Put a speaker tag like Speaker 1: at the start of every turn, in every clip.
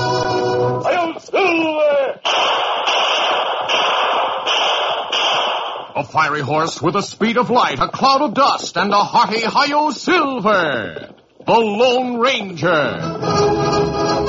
Speaker 1: Hail Silver!
Speaker 2: A fiery horse with the speed of light, a cloud of dust, and a hearty Hi-Yo Silver. The Lone Ranger.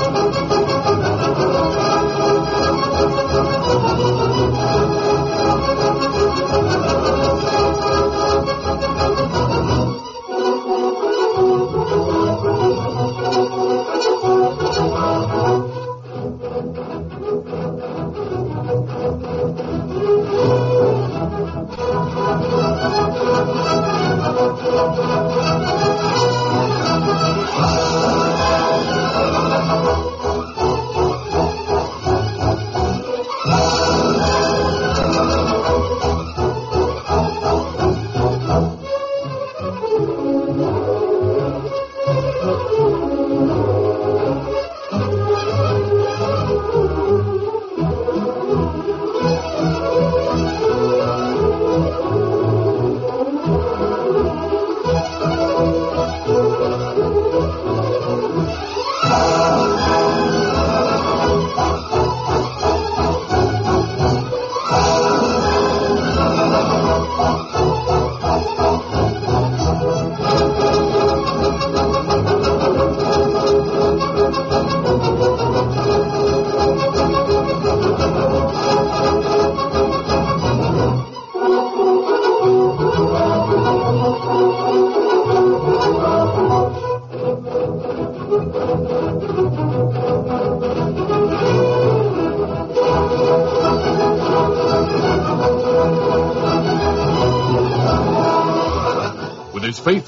Speaker 2: With his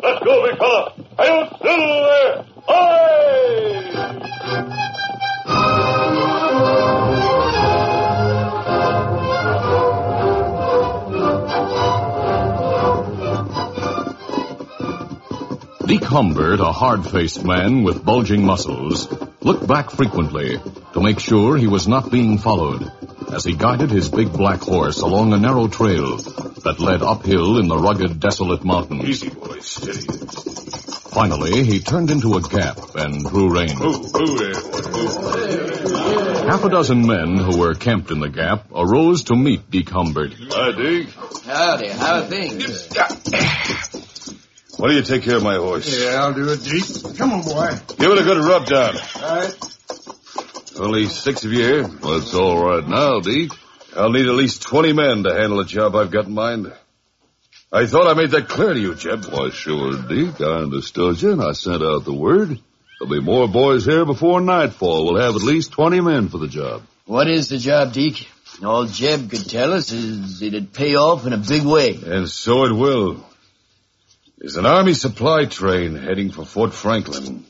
Speaker 1: Let's go, big fella! Hail Silver! Aye!
Speaker 2: Deke Humbert, a hard-faced man with bulging muscles, looked back frequently to make sure he was not being followed as he guided his big black horse along a narrow trail that led uphill in the rugged, desolate mountains.
Speaker 3: Easy, boy, steady.
Speaker 2: Finally, he turned into a gap and drew rein.
Speaker 3: Move, move there, boy, move.
Speaker 2: Half a dozen men who were camped in the gap arose to meet Deke Humbert.
Speaker 3: I dig.
Speaker 4: Howdy, how are things?
Speaker 3: Why do you take care of my horse?
Speaker 5: Yeah, I'll do it, Deke. Come on, boy.
Speaker 3: Give it a good rub down.
Speaker 5: All right.
Speaker 3: Only six of you here? Well, it's all right now, Deke. I'll need at least 20 men to handle the job I've got in mind. I thought I made that clear to you, Jeb. Why, sure, Deke. I understood you, and I sent out the word. There'll be more boys here before nightfall. We'll have at least 20 men for the job.
Speaker 4: What is the job, Deke? All Jeb could tell us is it'd pay off in a big way.
Speaker 3: And so it will. There's an army supply train heading for Fort Franklin.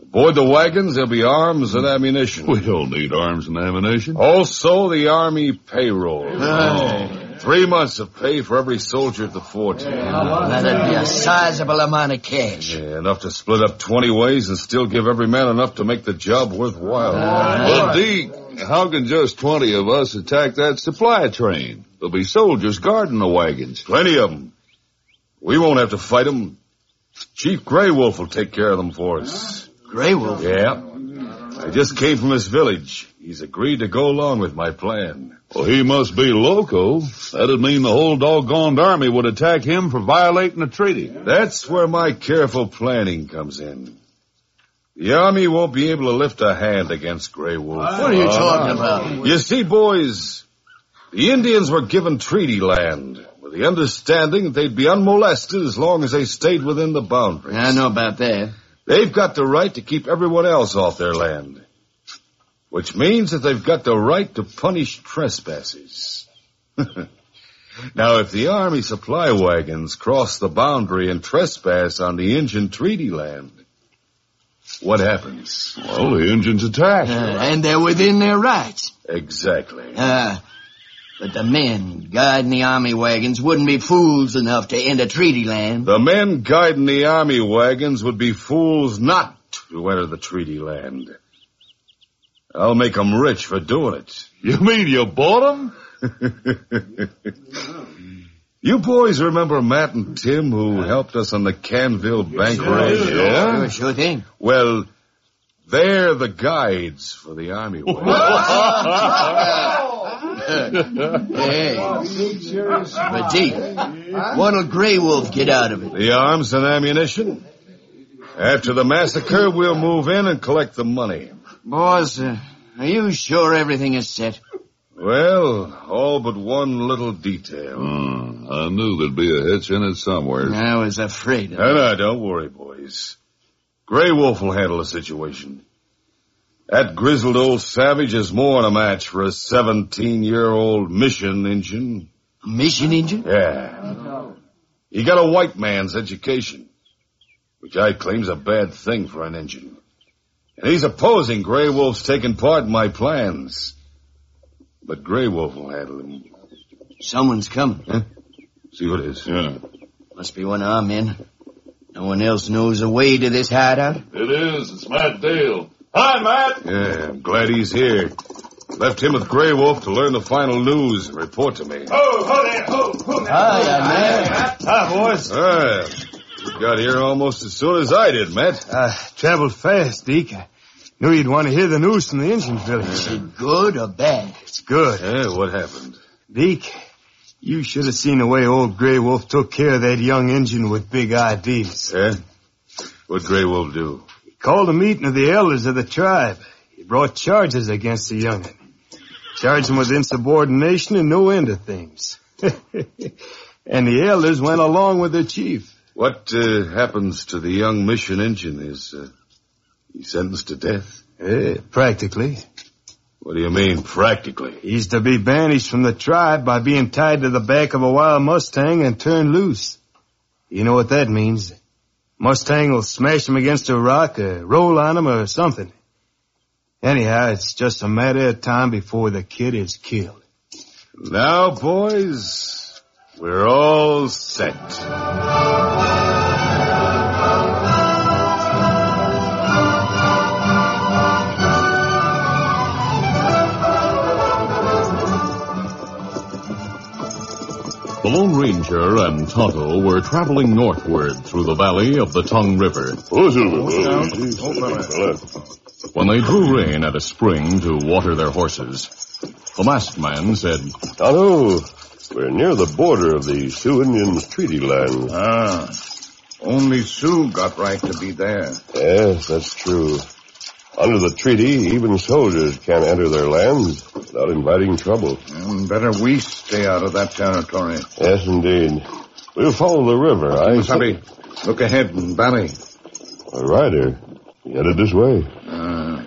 Speaker 3: Aboard the wagons, there'll be arms and ammunition. We don't need arms and ammunition. Also, the army payroll. Oh, Three months of pay for every soldier at the fort.
Speaker 4: Now, that'd be a sizable amount of cash.
Speaker 3: Yeah, enough to split up 20 ways and still give every man enough to make the job worthwhile. Well, Deke, how can just 20 of us attack that supply train? There'll be soldiers guarding the wagons. Plenty of them. We won't have to fight them. Chief Grey Wolf will take care of them for us.
Speaker 4: Grey Wolf.
Speaker 3: Yeah. I just came from his village. He's agreed to go along with my plan. Well, he must be loco. That'd mean the whole doggone army would attack him for violating the treaty. That's where my careful planning comes in. The army won't be able to lift a hand against Grey Wolf. Uh-huh.
Speaker 4: What are you talking about?
Speaker 3: You see, boys, the Indians were given treaty land with with the understanding that they'd be unmolested as long as they stayed within the boundaries.
Speaker 4: I know about that.
Speaker 3: They've got the right to keep everyone else off their land. Which means that they've got the right to punish trespassers. now, if the army supply wagons cross the boundary and trespass on the Indian treaty land, what happens?
Speaker 2: Well, the engines attack.
Speaker 4: Uh, and they're within their rights.
Speaker 3: Exactly.
Speaker 4: Uh, but the men guiding the army wagons wouldn't be fools enough to enter treaty land.
Speaker 3: The men guiding the army wagons would be fools not to enter the treaty land. I'll make 'em rich for doing it.
Speaker 2: You mean you bought 'em?
Speaker 3: you boys remember Matt and Tim who helped us on the Canville bank raid?
Speaker 4: Sure, sure thing.
Speaker 3: Well, they're the guides for the army wagons.
Speaker 4: Hey. But Deke, what'll Grey Wolf get out of it?
Speaker 3: The arms and ammunition. After the massacre, we'll move in and collect the money.
Speaker 4: Boss, uh, are you sure everything is set?
Speaker 3: Well, all but one little detail.
Speaker 6: Hmm, I knew there'd be a hitch in it somewhere.
Speaker 4: I was afraid of
Speaker 3: No, no, don't worry, boys. Grey Wolf will handle the situation. That grizzled old savage is more than a match for a 17-year-old mission engine.
Speaker 4: Mission engine?
Speaker 3: Yeah. He got a white man's education, which I claim's a bad thing for an engine. And he's opposing Grey Wolf's taking part in my plans. But Grey Wolf will handle him.
Speaker 4: Someone's coming.
Speaker 3: See what it is.
Speaker 6: Yeah.
Speaker 4: Must be one of our men. No one else knows the way to this hideout.
Speaker 1: It is. It's Matt Dale. Hi, Matt.
Speaker 3: Yeah, I'm glad he's here. Left him with Grey Wolf to learn the final news and report to me.
Speaker 1: Oh, ho there. Ho, ho.
Speaker 4: Hi, young man.
Speaker 1: Hi, boys.
Speaker 3: Ah, you got here almost as soon as I did, Matt.
Speaker 7: I Uh, traveled fast, Deke. I knew you'd want to hear the news from the engine village.
Speaker 4: Is it good or bad?
Speaker 7: It's good.
Speaker 3: Yeah, what happened?
Speaker 7: Deke, you should have seen the way old Grey Wolf took care of that young engine with big ideas.
Speaker 3: Yeah? What Grey Wolf do?
Speaker 7: He called a meeting of the elders of the tribe. He brought charges against the young'un. Charged him with insubordination and no end of things. and the elders went along with their chief.
Speaker 3: What uh, happens to the young mission engine is uh, he's sentenced to death.
Speaker 7: Eh, practically.
Speaker 3: What do you mean, practically?
Speaker 7: He's to be banished from the tribe by being tied to the back of a wild Mustang and turned loose. You know what that means. Mustang will smash him against a rock or roll on him or something. Anyhow, it's just a matter of time before the kid is killed.
Speaker 3: Now, boys, we're all set.
Speaker 2: The Lone Ranger and Tonto were traveling northward through the valley of the Tongue River
Speaker 1: Who's it?
Speaker 2: when they drew rein at a spring to water their horses. The masked man said,
Speaker 1: Tonto, we're near the border of the Sioux Indians' treaty lands.
Speaker 3: Ah, only Sue got right to be there.
Speaker 1: Yes, that's true. Under the treaty, even soldiers can't enter their lands without inviting trouble.
Speaker 3: better we stay out of that territory.
Speaker 1: Yes, indeed. We'll follow the river. I
Speaker 3: Hubby, look ahead and valley.
Speaker 1: A rider. He headed this way.
Speaker 3: Uh,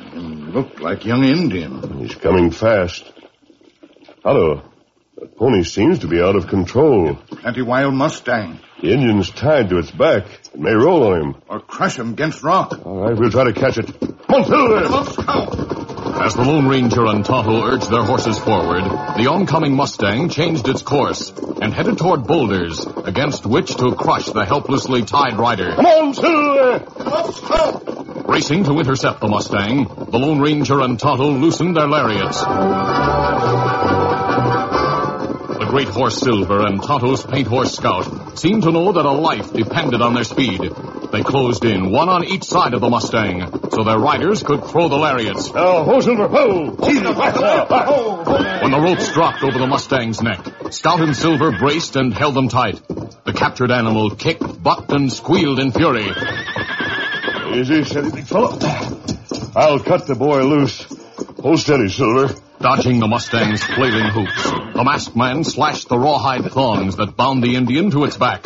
Speaker 3: looked like young Indian.
Speaker 1: He's coming fast. Hello. That pony seems to be out of control.
Speaker 3: Plenty wild Mustang.
Speaker 1: The engine's tied to its back. It may roll on him.
Speaker 3: Or crush him against rock.
Speaker 1: All right, we'll try to catch it. Come on, Silver!
Speaker 2: As the Lone Ranger and Tonto urged their horses forward, the oncoming Mustang changed its course and headed toward boulders against which to crush the helplessly tied rider.
Speaker 1: Come on, Silver!
Speaker 2: Racing to intercept the Mustang, the Lone Ranger and Tonto loosened their lariats. The great horse Silver and Tonto's paint horse Scout seemed to know that a life depended on their speed. They closed in, one on each side of the Mustang, so their riders could throw the lariats.
Speaker 1: Now, ho, Silver, ho!
Speaker 2: When the ropes dropped over the Mustang's neck, Scout and Silver braced and held them tight. The captured animal kicked, bucked, and squealed in fury.
Speaker 1: Easy, steady, big fellow. I'll cut the boy loose. Hold steady, Silver.
Speaker 2: dodging the Mustang's flailing hoofs. The masked man slashed the rawhide thongs that bound the Indian to its back.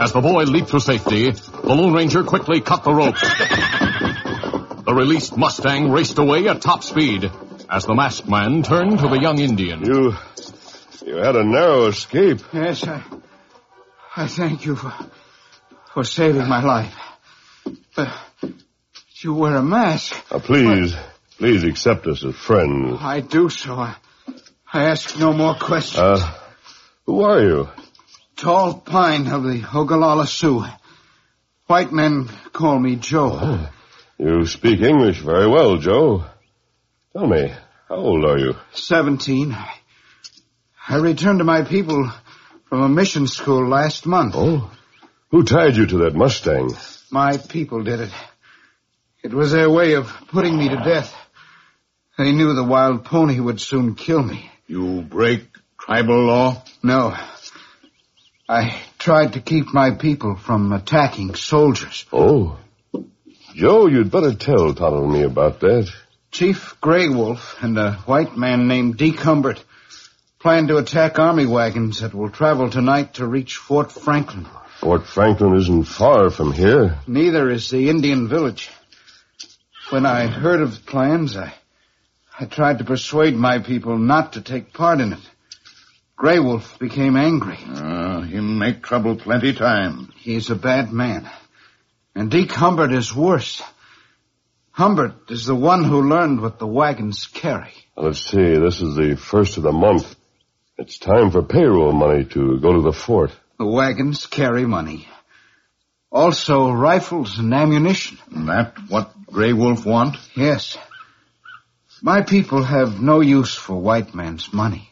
Speaker 2: As the boy leaped for safety, the Lone Ranger quickly cut the rope. The released Mustang raced away at top speed as the masked man turned to the young Indian.
Speaker 1: You, you had a narrow escape.
Speaker 5: Yes, I, I thank you for, for saving my life. But you wear a mask.
Speaker 1: Now, please, please accept us as friends.
Speaker 5: I do so. I, I ask no more questions.
Speaker 1: Uh, who are you?
Speaker 5: Tall pine of the Ogallala Sioux. White men call me Joe.
Speaker 1: Oh. You speak English very well, Joe. Tell me, how old are you?
Speaker 5: Seventeen. I returned to my people from a mission school last month.
Speaker 1: Oh, who tied you to that Mustang?
Speaker 5: My people did it. It was their way of putting me to death. They knew the wild pony would soon kill me.
Speaker 3: You break tribal law?
Speaker 5: No. I tried to keep my people from attacking soldiers.
Speaker 1: Oh. Joe, you'd better tell Tonto and me about that.
Speaker 5: Chief Grey Wolf and a white man named Deke Humbert plan to attack army wagons that will travel tonight to reach Fort Franklin.
Speaker 1: Fort Franklin isn't far from here.
Speaker 5: Neither is the Indian village. When I heard of the plans, I, I tried to persuade my people not to take part in it. Grey Wolf became angry.
Speaker 3: Uh, he make trouble plenty time.
Speaker 5: He's a bad man. And Deke Humbert is worse. Humbert is the one who learned what the wagons carry.
Speaker 1: Let's see, this is the first of the month. It's time for payroll money to go to the fort.
Speaker 5: The wagons carry money. Also rifles and ammunition.
Speaker 3: That what Grey Wolf want?
Speaker 5: Yes. My people have no use for white man's money.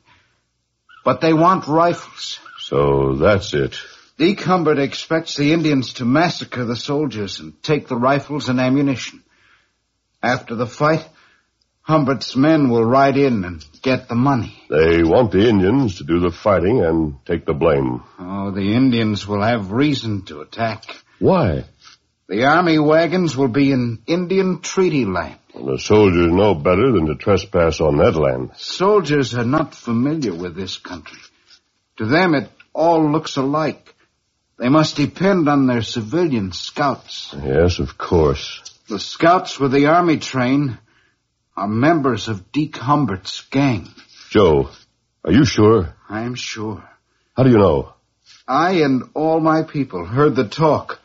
Speaker 5: But they want rifles.
Speaker 1: So that's it.
Speaker 5: Deke Humbert expects the Indians to massacre the soldiers and take the rifles and ammunition. After the fight, Humbert's men will ride in and get the money.
Speaker 1: They want the Indians to do the fighting and take the blame.
Speaker 5: Oh, the Indians will have reason to attack.
Speaker 1: Why?
Speaker 5: The army wagons will be in Indian treaty land.
Speaker 1: The soldiers know better than to trespass on that land.
Speaker 5: Soldiers are not familiar with this country. To them, it all looks alike. They must depend on their civilian scouts.
Speaker 1: Yes, of course.
Speaker 5: The scouts with the army train are members of Deke Humbert's gang.
Speaker 1: Joe, are you sure?
Speaker 5: I'm sure.
Speaker 1: How do you know?
Speaker 5: I and all my people heard the talk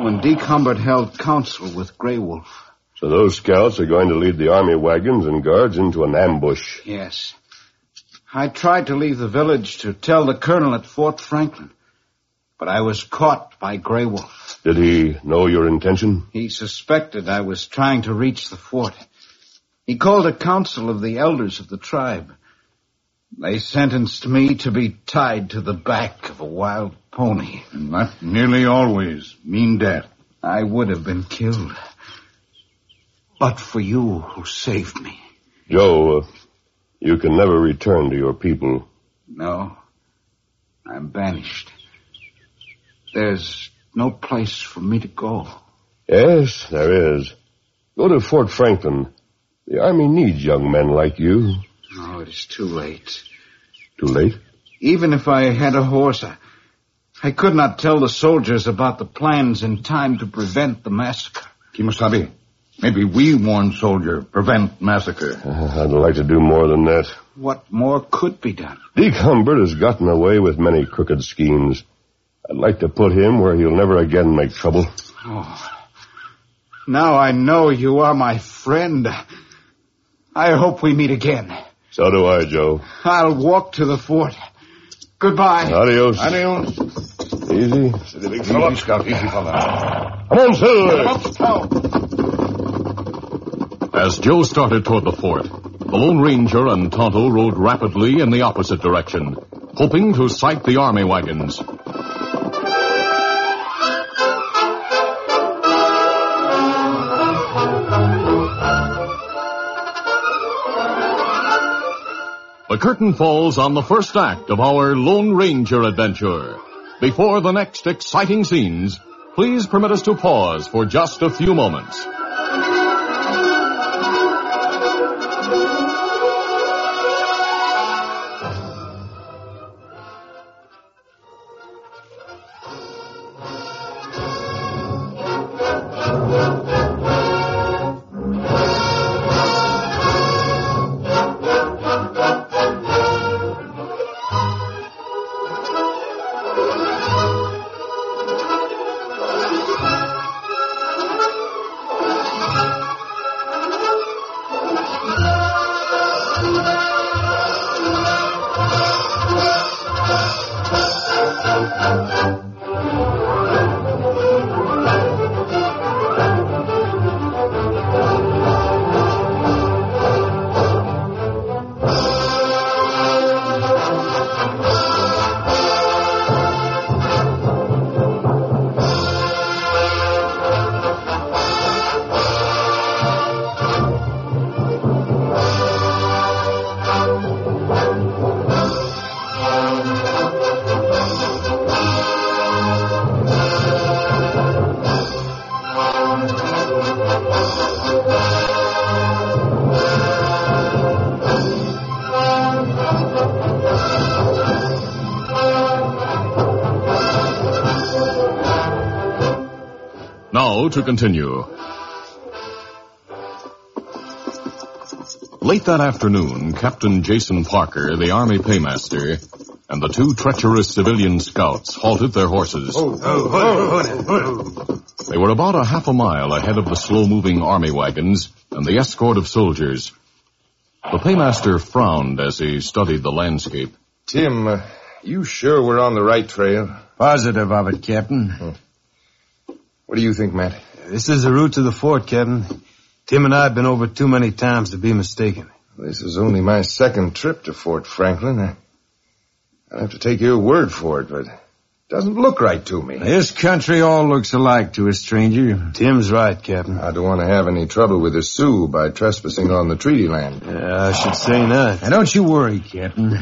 Speaker 5: when Deke Humbert held council with Grey Wolf.
Speaker 1: So those scouts are going to lead the army wagons and guards into an ambush.
Speaker 5: Yes. I tried to leave the village to tell the colonel at Fort Franklin, but I was caught by Grey Wolf.
Speaker 1: Did he know your intention?
Speaker 5: He suspected I was trying to reach the fort. He called a council of the elders of the tribe. They sentenced me to be tied to the back of a wild pony.
Speaker 3: Not nearly always mean death.
Speaker 5: I would have been killed. But for you who saved me.
Speaker 1: Joe, uh, you can never return to your people.
Speaker 5: No. I'm banished. There's no place for me to go.
Speaker 1: Yes, there is. Go to Fort Franklin. The army needs young men like you.
Speaker 5: No, Oh, it is too late.
Speaker 1: Too late?
Speaker 5: Even if I had a horse, I, I could not tell the soldiers about the plans in time to prevent the massacre.
Speaker 3: Kimasabi, maybe we warn soldier, prevent massacre.
Speaker 1: Uh, I'd like to do more than that.
Speaker 5: What more could be done?
Speaker 1: Deke Humbert has gotten away with many crooked schemes. I'd like to put him where he'll never again make trouble.
Speaker 5: Now I know you are my friend. I hope we meet again.
Speaker 1: So do I, Joe.
Speaker 5: I'll walk to the fort. Goodbye.
Speaker 1: Adios.
Speaker 3: Adios.
Speaker 1: Easy.
Speaker 3: Easy, Scout, easy fella.
Speaker 1: Come on, Silver.
Speaker 2: As Joe started toward the fort, the Lone Ranger and Tonto rode rapidly in the opposite direction, hoping to sight the army wagons. The curtain falls on the first act of our Lone Ranger adventure. Before the next exciting scenes, please permit us to pause for just a few moments. Now to continue. Late that afternoon, Captain Jason Parker, the Army paymaster, and the two treacherous civilian scouts halted their horses.
Speaker 8: Oh.
Speaker 9: Oh,
Speaker 2: They were about a half a mile ahead of the slow-moving army wagons and the escort of soldiers. The paymaster frowned as he studied the landscape.
Speaker 9: Tim, uh, you sure we're on the right trail? Hmm.
Speaker 10: Positive of it, Captain.
Speaker 9: What do you think, Matt?
Speaker 10: This is the route to the fort, Captain. Tim and I have been over too many times to be mistaken.
Speaker 9: This is only my second trip to Fort Franklin. I, I'll have to take your word for it, but it doesn't look right to me.
Speaker 10: This country all looks alike to a stranger. Tim's right, Captain.
Speaker 9: I don't want to have any trouble with the Sioux by trespassing on the treaty land.
Speaker 10: Yeah, I should say not. Now, don't you worry, Captain.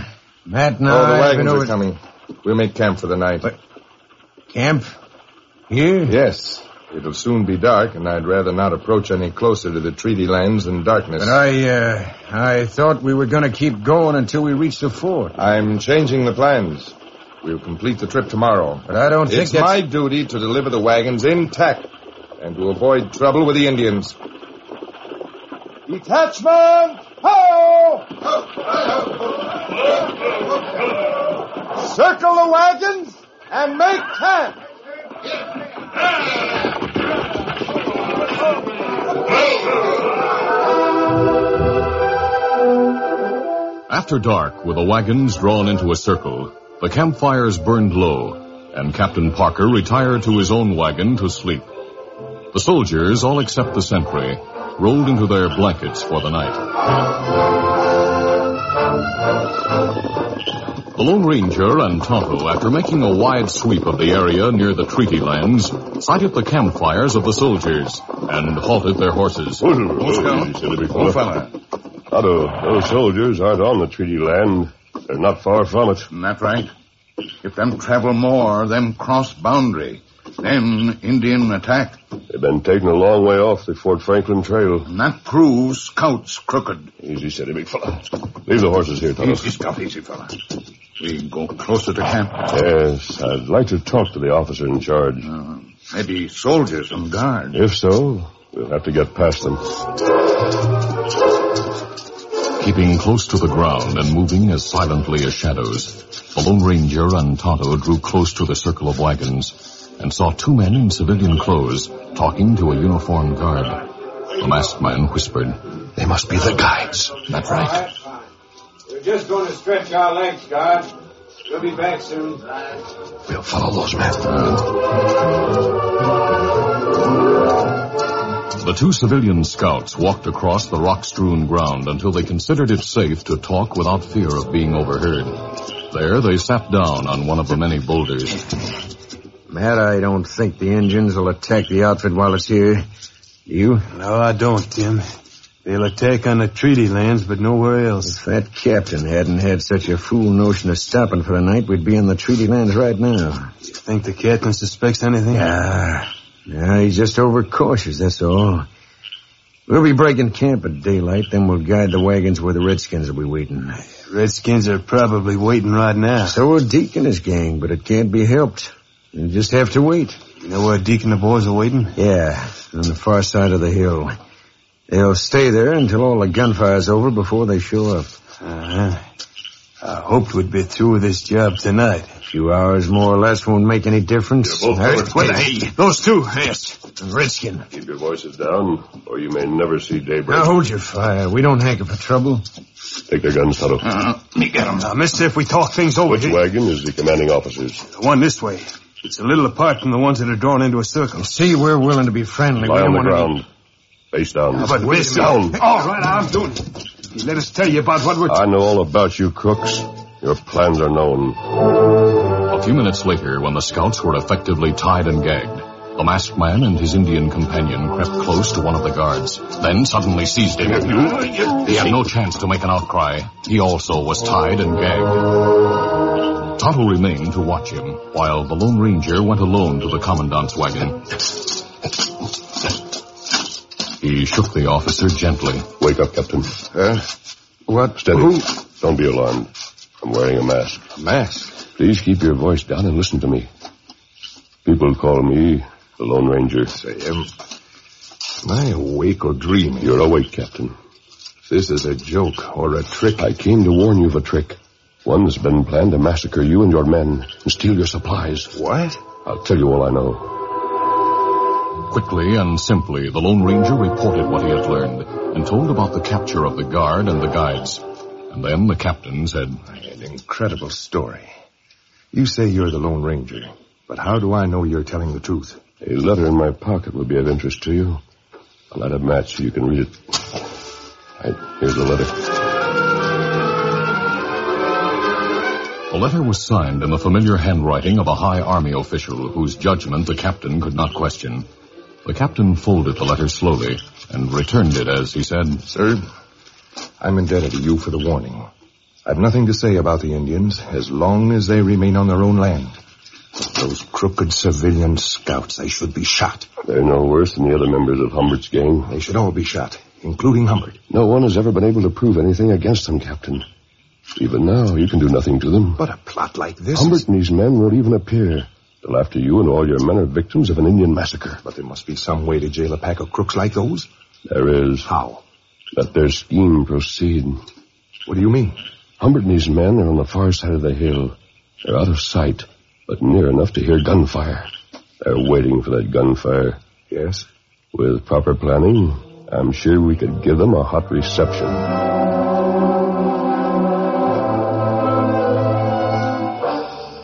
Speaker 10: Matt and
Speaker 9: oh, the
Speaker 10: I have been
Speaker 9: wagons
Speaker 10: over
Speaker 9: are coming. We'll make camp for the night.
Speaker 10: But- camp. Here?
Speaker 9: Yes, it'll soon be dark, and I'd rather not approach any closer to the treaty lands in darkness.
Speaker 10: But I, uh, I thought we were gonna keep going until we reached the fort.
Speaker 9: I'm changing the plans. We'll complete the trip tomorrow.
Speaker 10: But I don't think
Speaker 9: It's
Speaker 10: that's...
Speaker 9: my duty to deliver the wagons intact and to avoid trouble with the Indians. Detachment! Ho! Circle the wagons and make camp!
Speaker 2: After dark, with the wagons drawn into a circle, the campfires burned low, and Captain Parker retired to his own wagon to sleep. The soldiers, all except the sentry, rolled into their blankets for the night. The Lone Ranger and Tonto, after making a wide sweep of the area near the treaty lands, sighted the campfires of the soldiers and halted their horses.
Speaker 1: Old Otto, those soldiers aren't on the treaty land. They're not far from it.
Speaker 11: Isn't that right? If them travel more, them cross boundary. Then Indian attack.
Speaker 1: They've been taken a long way off the Fort Franklin trail.
Speaker 11: And that proves scouts crooked.
Speaker 1: Easy, city, big fella. Leave the horses here, Tonto.
Speaker 11: Easy, scout, easy, fella. We go closer to camp.
Speaker 1: Yes, I'd like to talk to the officer in charge.
Speaker 11: Uh, maybe soldiers on guard.
Speaker 1: If so, we'll have to get past them.
Speaker 2: Keeping close to the ground and moving as silently as shadows, the Lone Ranger and Tonto drew close to the circle of wagons and saw two men in civilian clothes talking to a uniformed guard. The masked man whispered, They must be the guides. That's right.
Speaker 5: We're just going to stretch our legs, guard. We'll be back soon.
Speaker 2: We'll follow those men. The two civilian scouts walked across the rock strewn ground until they considered it safe to talk without fear of being overheard. There they sat down on one of the many boulders.
Speaker 10: Matt, I don't think the Indians will attack the outfit while it's here. Do you? No, I don't, Tim. They'll attack on the treaty lands, but nowhere else. If that captain hadn't had such a fool notion of stopping for the night, we'd be in the treaty lands right now. You think the captain suspects anything? Yeah. Yeah, he's just overcautious, that's all. We'll be breaking camp at daylight, then we'll guide the wagons where the Redskins will be waiting. Redskins are probably waiting right now. So will Deke and his gang, but it can't be helped. You just have to wait. You know where Deke and the boys are waiting? Yeah, on the far side of the hill. They'll stay there until all the gunfire's over before they show up. Uh-huh. I hoped we'd be through with this job tonight. A few hours more or less won't make any difference.
Speaker 11: those two, yes.
Speaker 10: Redskin.
Speaker 1: Keep your voices down, or you may never see daybreak.
Speaker 10: Now hold your fire. We don't hanker for trouble.
Speaker 1: Take their guns, Tonto.
Speaker 11: Uh, me get 'em.
Speaker 10: Now, mister, if we talk things over
Speaker 1: Which wagon is the commanding officer's?
Speaker 10: The one this way. It's a little apart from the ones that are drawn into a circle. see, we're willing to be friendly.
Speaker 1: Lie on the ground. Face down.
Speaker 10: But wait
Speaker 1: Face down.
Speaker 10: All right, I'm doing it. You Let us tell you about what we're...
Speaker 1: I know all about you, crooks. Your plans are known.
Speaker 2: A few minutes later, when the scouts were effectively tied and gagged, the masked man and his Indian companion crept close to one of the guards, then suddenly seized him. He had no chance to make an outcry. He also was tied and gagged. Tonto remained to watch him, while the Lone Ranger went alone to the commandant's wagon. He shook the officer gently.
Speaker 1: Wake up, Captain.
Speaker 9: Uh, What?
Speaker 1: Steady. Don't be alarmed. I'm wearing a mask.
Speaker 9: Mask.
Speaker 1: Please keep your voice down and listen to me. People call me the Lone Ranger.
Speaker 9: Say, am, am I awake or dreaming?
Speaker 1: You're awake, Captain.
Speaker 9: This is a joke or a trick.
Speaker 1: I came to warn you of a trick. One's been planned to massacre you and your men and steal your supplies.
Speaker 9: What?
Speaker 1: I'll tell you all I know.
Speaker 2: Quickly and simply, the Lone Ranger reported what he had learned and told about the capture of the guard and the guides. And then the captain said,
Speaker 9: An incredible story. You say you're the Lone Ranger, but how do I know you're telling the truth?
Speaker 1: A letter in my pocket would be of interest to you. I'll light a match so you can read it. Right, here's the letter.
Speaker 2: The letter was signed in the familiar handwriting of a high army official whose judgment the captain could not question. The captain folded the letter slowly and returned it as he said,
Speaker 9: Sir, I'm indebted to you for the warning. I've nothing to say about the Indians as long as they remain on their own land. But Those crooked civilian scouts, they should be shot.
Speaker 1: They're no worse than the other members of Humbert's gang.
Speaker 9: They should all be shot, including Humbert.
Speaker 1: No one has ever been able to prove anything against them, Captain. Even now, you can do nothing to them.
Speaker 9: But a plot like this.
Speaker 1: Humbert and his men won't even appear. Till after you and all your men are victims of an Indian massacre.
Speaker 9: But there must be some way to jail a pack of crooks like those.
Speaker 1: There is.
Speaker 9: How?
Speaker 1: Let their scheme proceed.
Speaker 9: What do you mean?
Speaker 1: Humbert and his men are on the far side of the hill. They're out of sight, but near enough to hear gunfire. They're waiting for that gunfire.
Speaker 9: Yes?
Speaker 1: With proper planning, I'm sure we could give them a hot reception.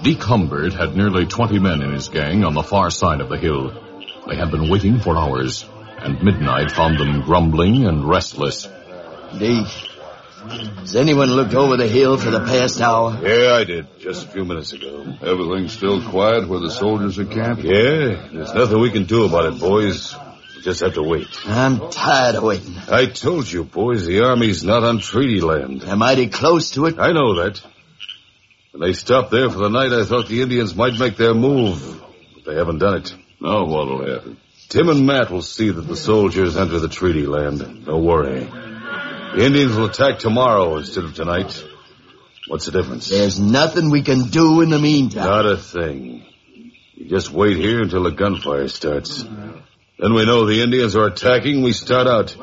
Speaker 2: Deke Humbert had nearly 20 men in his gang on the far side of the hill. They had been waiting for hours, and midnight found them grumbling and restless.
Speaker 4: Deke, has anyone looked over the hill for the past hour?
Speaker 3: Yeah, I did, just a few minutes ago.
Speaker 8: Everything's still quiet where the soldiers are camped?
Speaker 3: Yeah, there's nothing we can do about it, boys. We just have to wait.
Speaker 4: I'm tired of waiting.
Speaker 3: I told you, boys, the army's not on treaty land.
Speaker 4: They're mighty close to it.
Speaker 3: I know that. When they stopped there for the night, I thought the Indians might make their move, but they haven't done it.
Speaker 8: Now what'll happen?
Speaker 3: Tim and Matt will see that the soldiers enter the treaty land. Don't worry. The Indians will attack tomorrow instead of tonight. What's the difference?
Speaker 4: There's nothing we can do in the meantime.
Speaker 3: Not a thing. You just wait here until the gunfire starts. Then we know the Indians are attacking. We start out.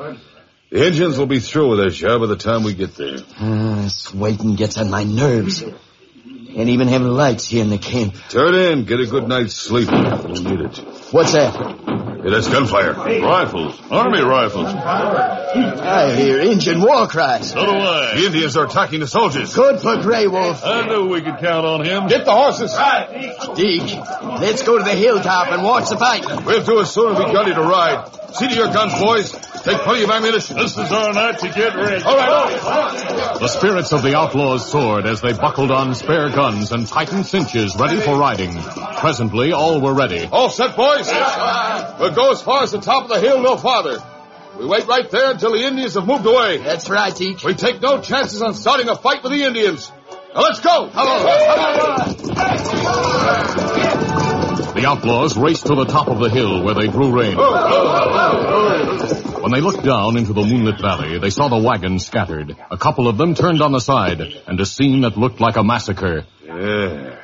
Speaker 3: The engines will be through with their job by the time we get there.
Speaker 4: Ah, this waiting gets on my nerves. Can't even have lights here in the camp.
Speaker 3: Turn in. Get a good night's sleep. We'll need it.
Speaker 4: What's that?
Speaker 3: Hey, that's gunfire.
Speaker 8: Rifles. Army rifles.
Speaker 4: I hear Indian war cries.
Speaker 8: So do I.
Speaker 3: The Indians are attacking the soldiers.
Speaker 4: Good for Grey Wolf.
Speaker 8: I knew we could count on him.
Speaker 3: Get the horses.
Speaker 4: Deke, let's go to the hilltop and watch the fight.
Speaker 3: We'll do as soon as we got you to ride. See to your guns, boys. Take plenty of ammunition.
Speaker 8: This is our night to get rich.
Speaker 3: All right.
Speaker 2: The spirits of the outlaws soared as they buckled on spare guns and tightened cinches ready for riding. Presently, all were ready.
Speaker 3: All Oh, set, boys? We'll go as far as the top of the hill, no farther. We wait right there until the Indians have moved away.
Speaker 4: That's right, Deke.
Speaker 3: We take no chances on starting a fight with the Indians. Now let's go!
Speaker 2: The outlaws raced to the top of the hill where they drew rein. When they looked down into the moonlit valley, they saw the wagons scattered. A couple of them turned on the side, and a scene that looked like a massacre.
Speaker 3: Yeah.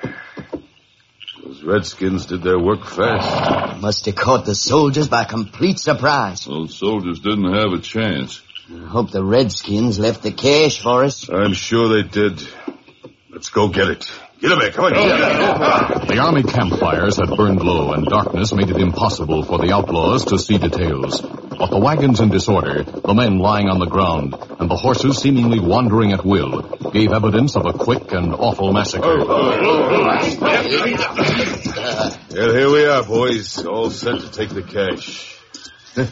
Speaker 3: Those Redskins did their work fast.
Speaker 4: Must have caught the soldiers by complete surprise.
Speaker 8: Those soldiers didn't have a chance.
Speaker 4: I hope the Redskins left the cash for us.
Speaker 3: I'm sure they did. Let's go get it. Get away, come on.
Speaker 2: The army campfires had burned low, and darkness made it impossible for the outlaws to see details. But the wagons in disorder, the men lying on the ground, and the horses seemingly wandering at will, gave evidence of a quick and awful massacre.
Speaker 3: Well, here we are, boys. All set to take the cash. and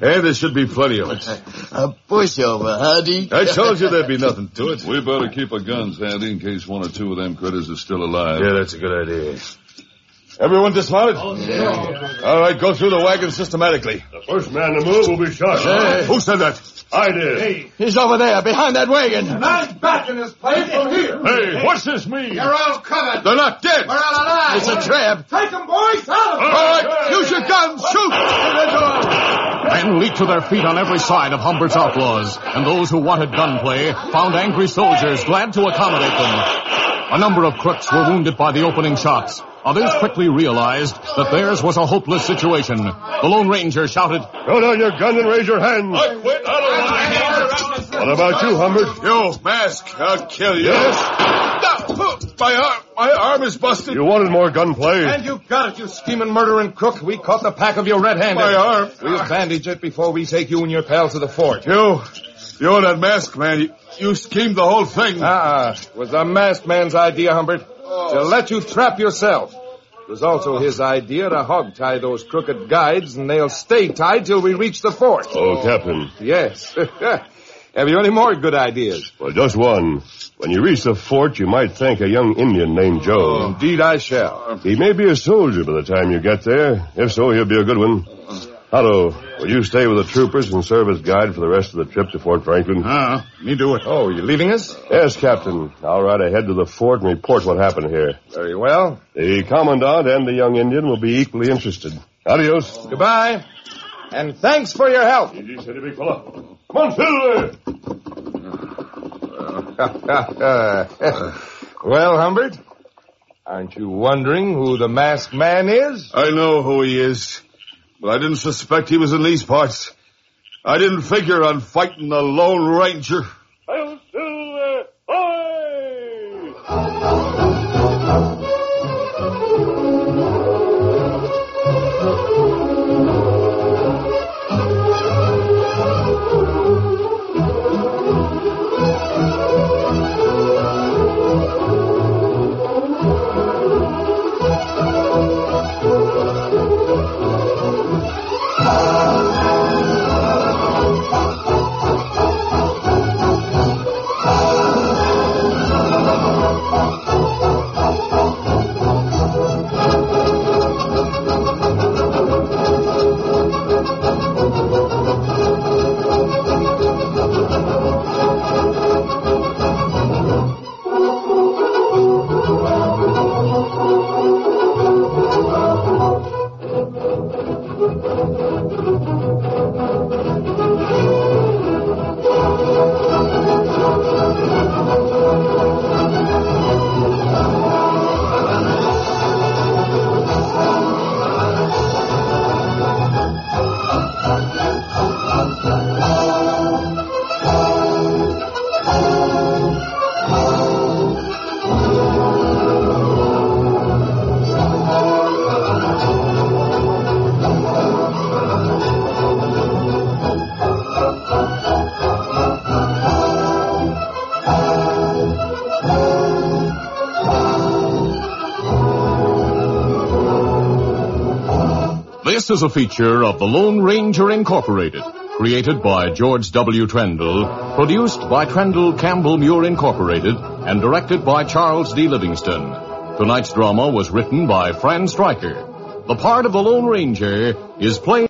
Speaker 3: there should be plenty of it.
Speaker 4: A pushover, huh, Deke?
Speaker 3: I told you there'd be nothing to it.
Speaker 8: We better keep our guns handy in case one or two of them critters are still alive.
Speaker 3: Yeah, that's a good idea. Everyone dismounted? All right, go through the wagon systematically.
Speaker 12: The first man to move will be shot.
Speaker 3: Who said that?
Speaker 12: I did. Hey,
Speaker 4: He's over there, behind that wagon.
Speaker 11: Man's back in his place. here.
Speaker 8: Hey, what's this mean?
Speaker 11: They're all covered.
Speaker 3: They're not dead. All
Speaker 11: all alive.
Speaker 4: It's a trap.
Speaker 11: Take them, boys. Out
Speaker 3: right, use your guns. Shoot.
Speaker 2: Men leaped to their feet on every side of Humbert's outlaws, and those who wanted gunplay found angry soldiers glad to accommodate them. A number of crooks were wounded by the opening shots, Others quickly realized that theirs was a hopeless situation. The Lone Ranger shouted,
Speaker 1: Throw down your gun and raise your hands.
Speaker 3: I quit. I don't want to
Speaker 1: What about you, Humbert?
Speaker 3: You Oh, mask. I'll kill you. Yes. My arm. My arm is busted.
Speaker 1: You wanted more gunplay.
Speaker 9: And you got it, you scheming, murdering crook. We caught the pack of you red-handed.
Speaker 3: My arm.
Speaker 9: We'll bandage it before we take you and your pal to the fort.
Speaker 3: You. You're that mask man. You, you schemed the whole thing. Oh.
Speaker 9: Ah, it was the masked man's idea, Humbert. To let you trap yourself. It was also his idea to hog tie those crooked guides, and they'll stay tied till we reach the fort.
Speaker 1: Oh, Captain.
Speaker 9: Yes. Have you any more good ideas?
Speaker 1: Well, just one. When you reach the fort, you might thank a young Indian named Joe.
Speaker 9: Oh, Indeed, I shall.
Speaker 1: He may be a soldier by the time you get there. If so, he'll be a good one. Otto, will you stay with the troopers and serve as guide for the rest of the trip to Fort Franklin?
Speaker 13: Uh, me do it.
Speaker 9: Oh, you're leaving us?
Speaker 1: Yes, Captain. I'll ride ahead to the fort and report what happened here.
Speaker 9: Very well.
Speaker 1: The commandant and the young Indian will be equally interested. Adios.
Speaker 9: Goodbye. And thanks for your help.
Speaker 1: Easy, steady, big fella. Come on, Silver.
Speaker 9: well, Humbert, aren't you wondering who the masked man is?
Speaker 3: I know who he is, but I didn't suspect he was in these parts. I didn't figure on fighting the Lone Ranger.
Speaker 1: Hail, Silver! Hoy!
Speaker 2: This is a feature of the Lone Ranger Incorporated, created by George W. Trendle, produced by Trendle Campbell Muir Incorporated, and directed by Charles D. Livingston. Tonight's drama was written by Fran Stryker. The part of the Lone Ranger is played.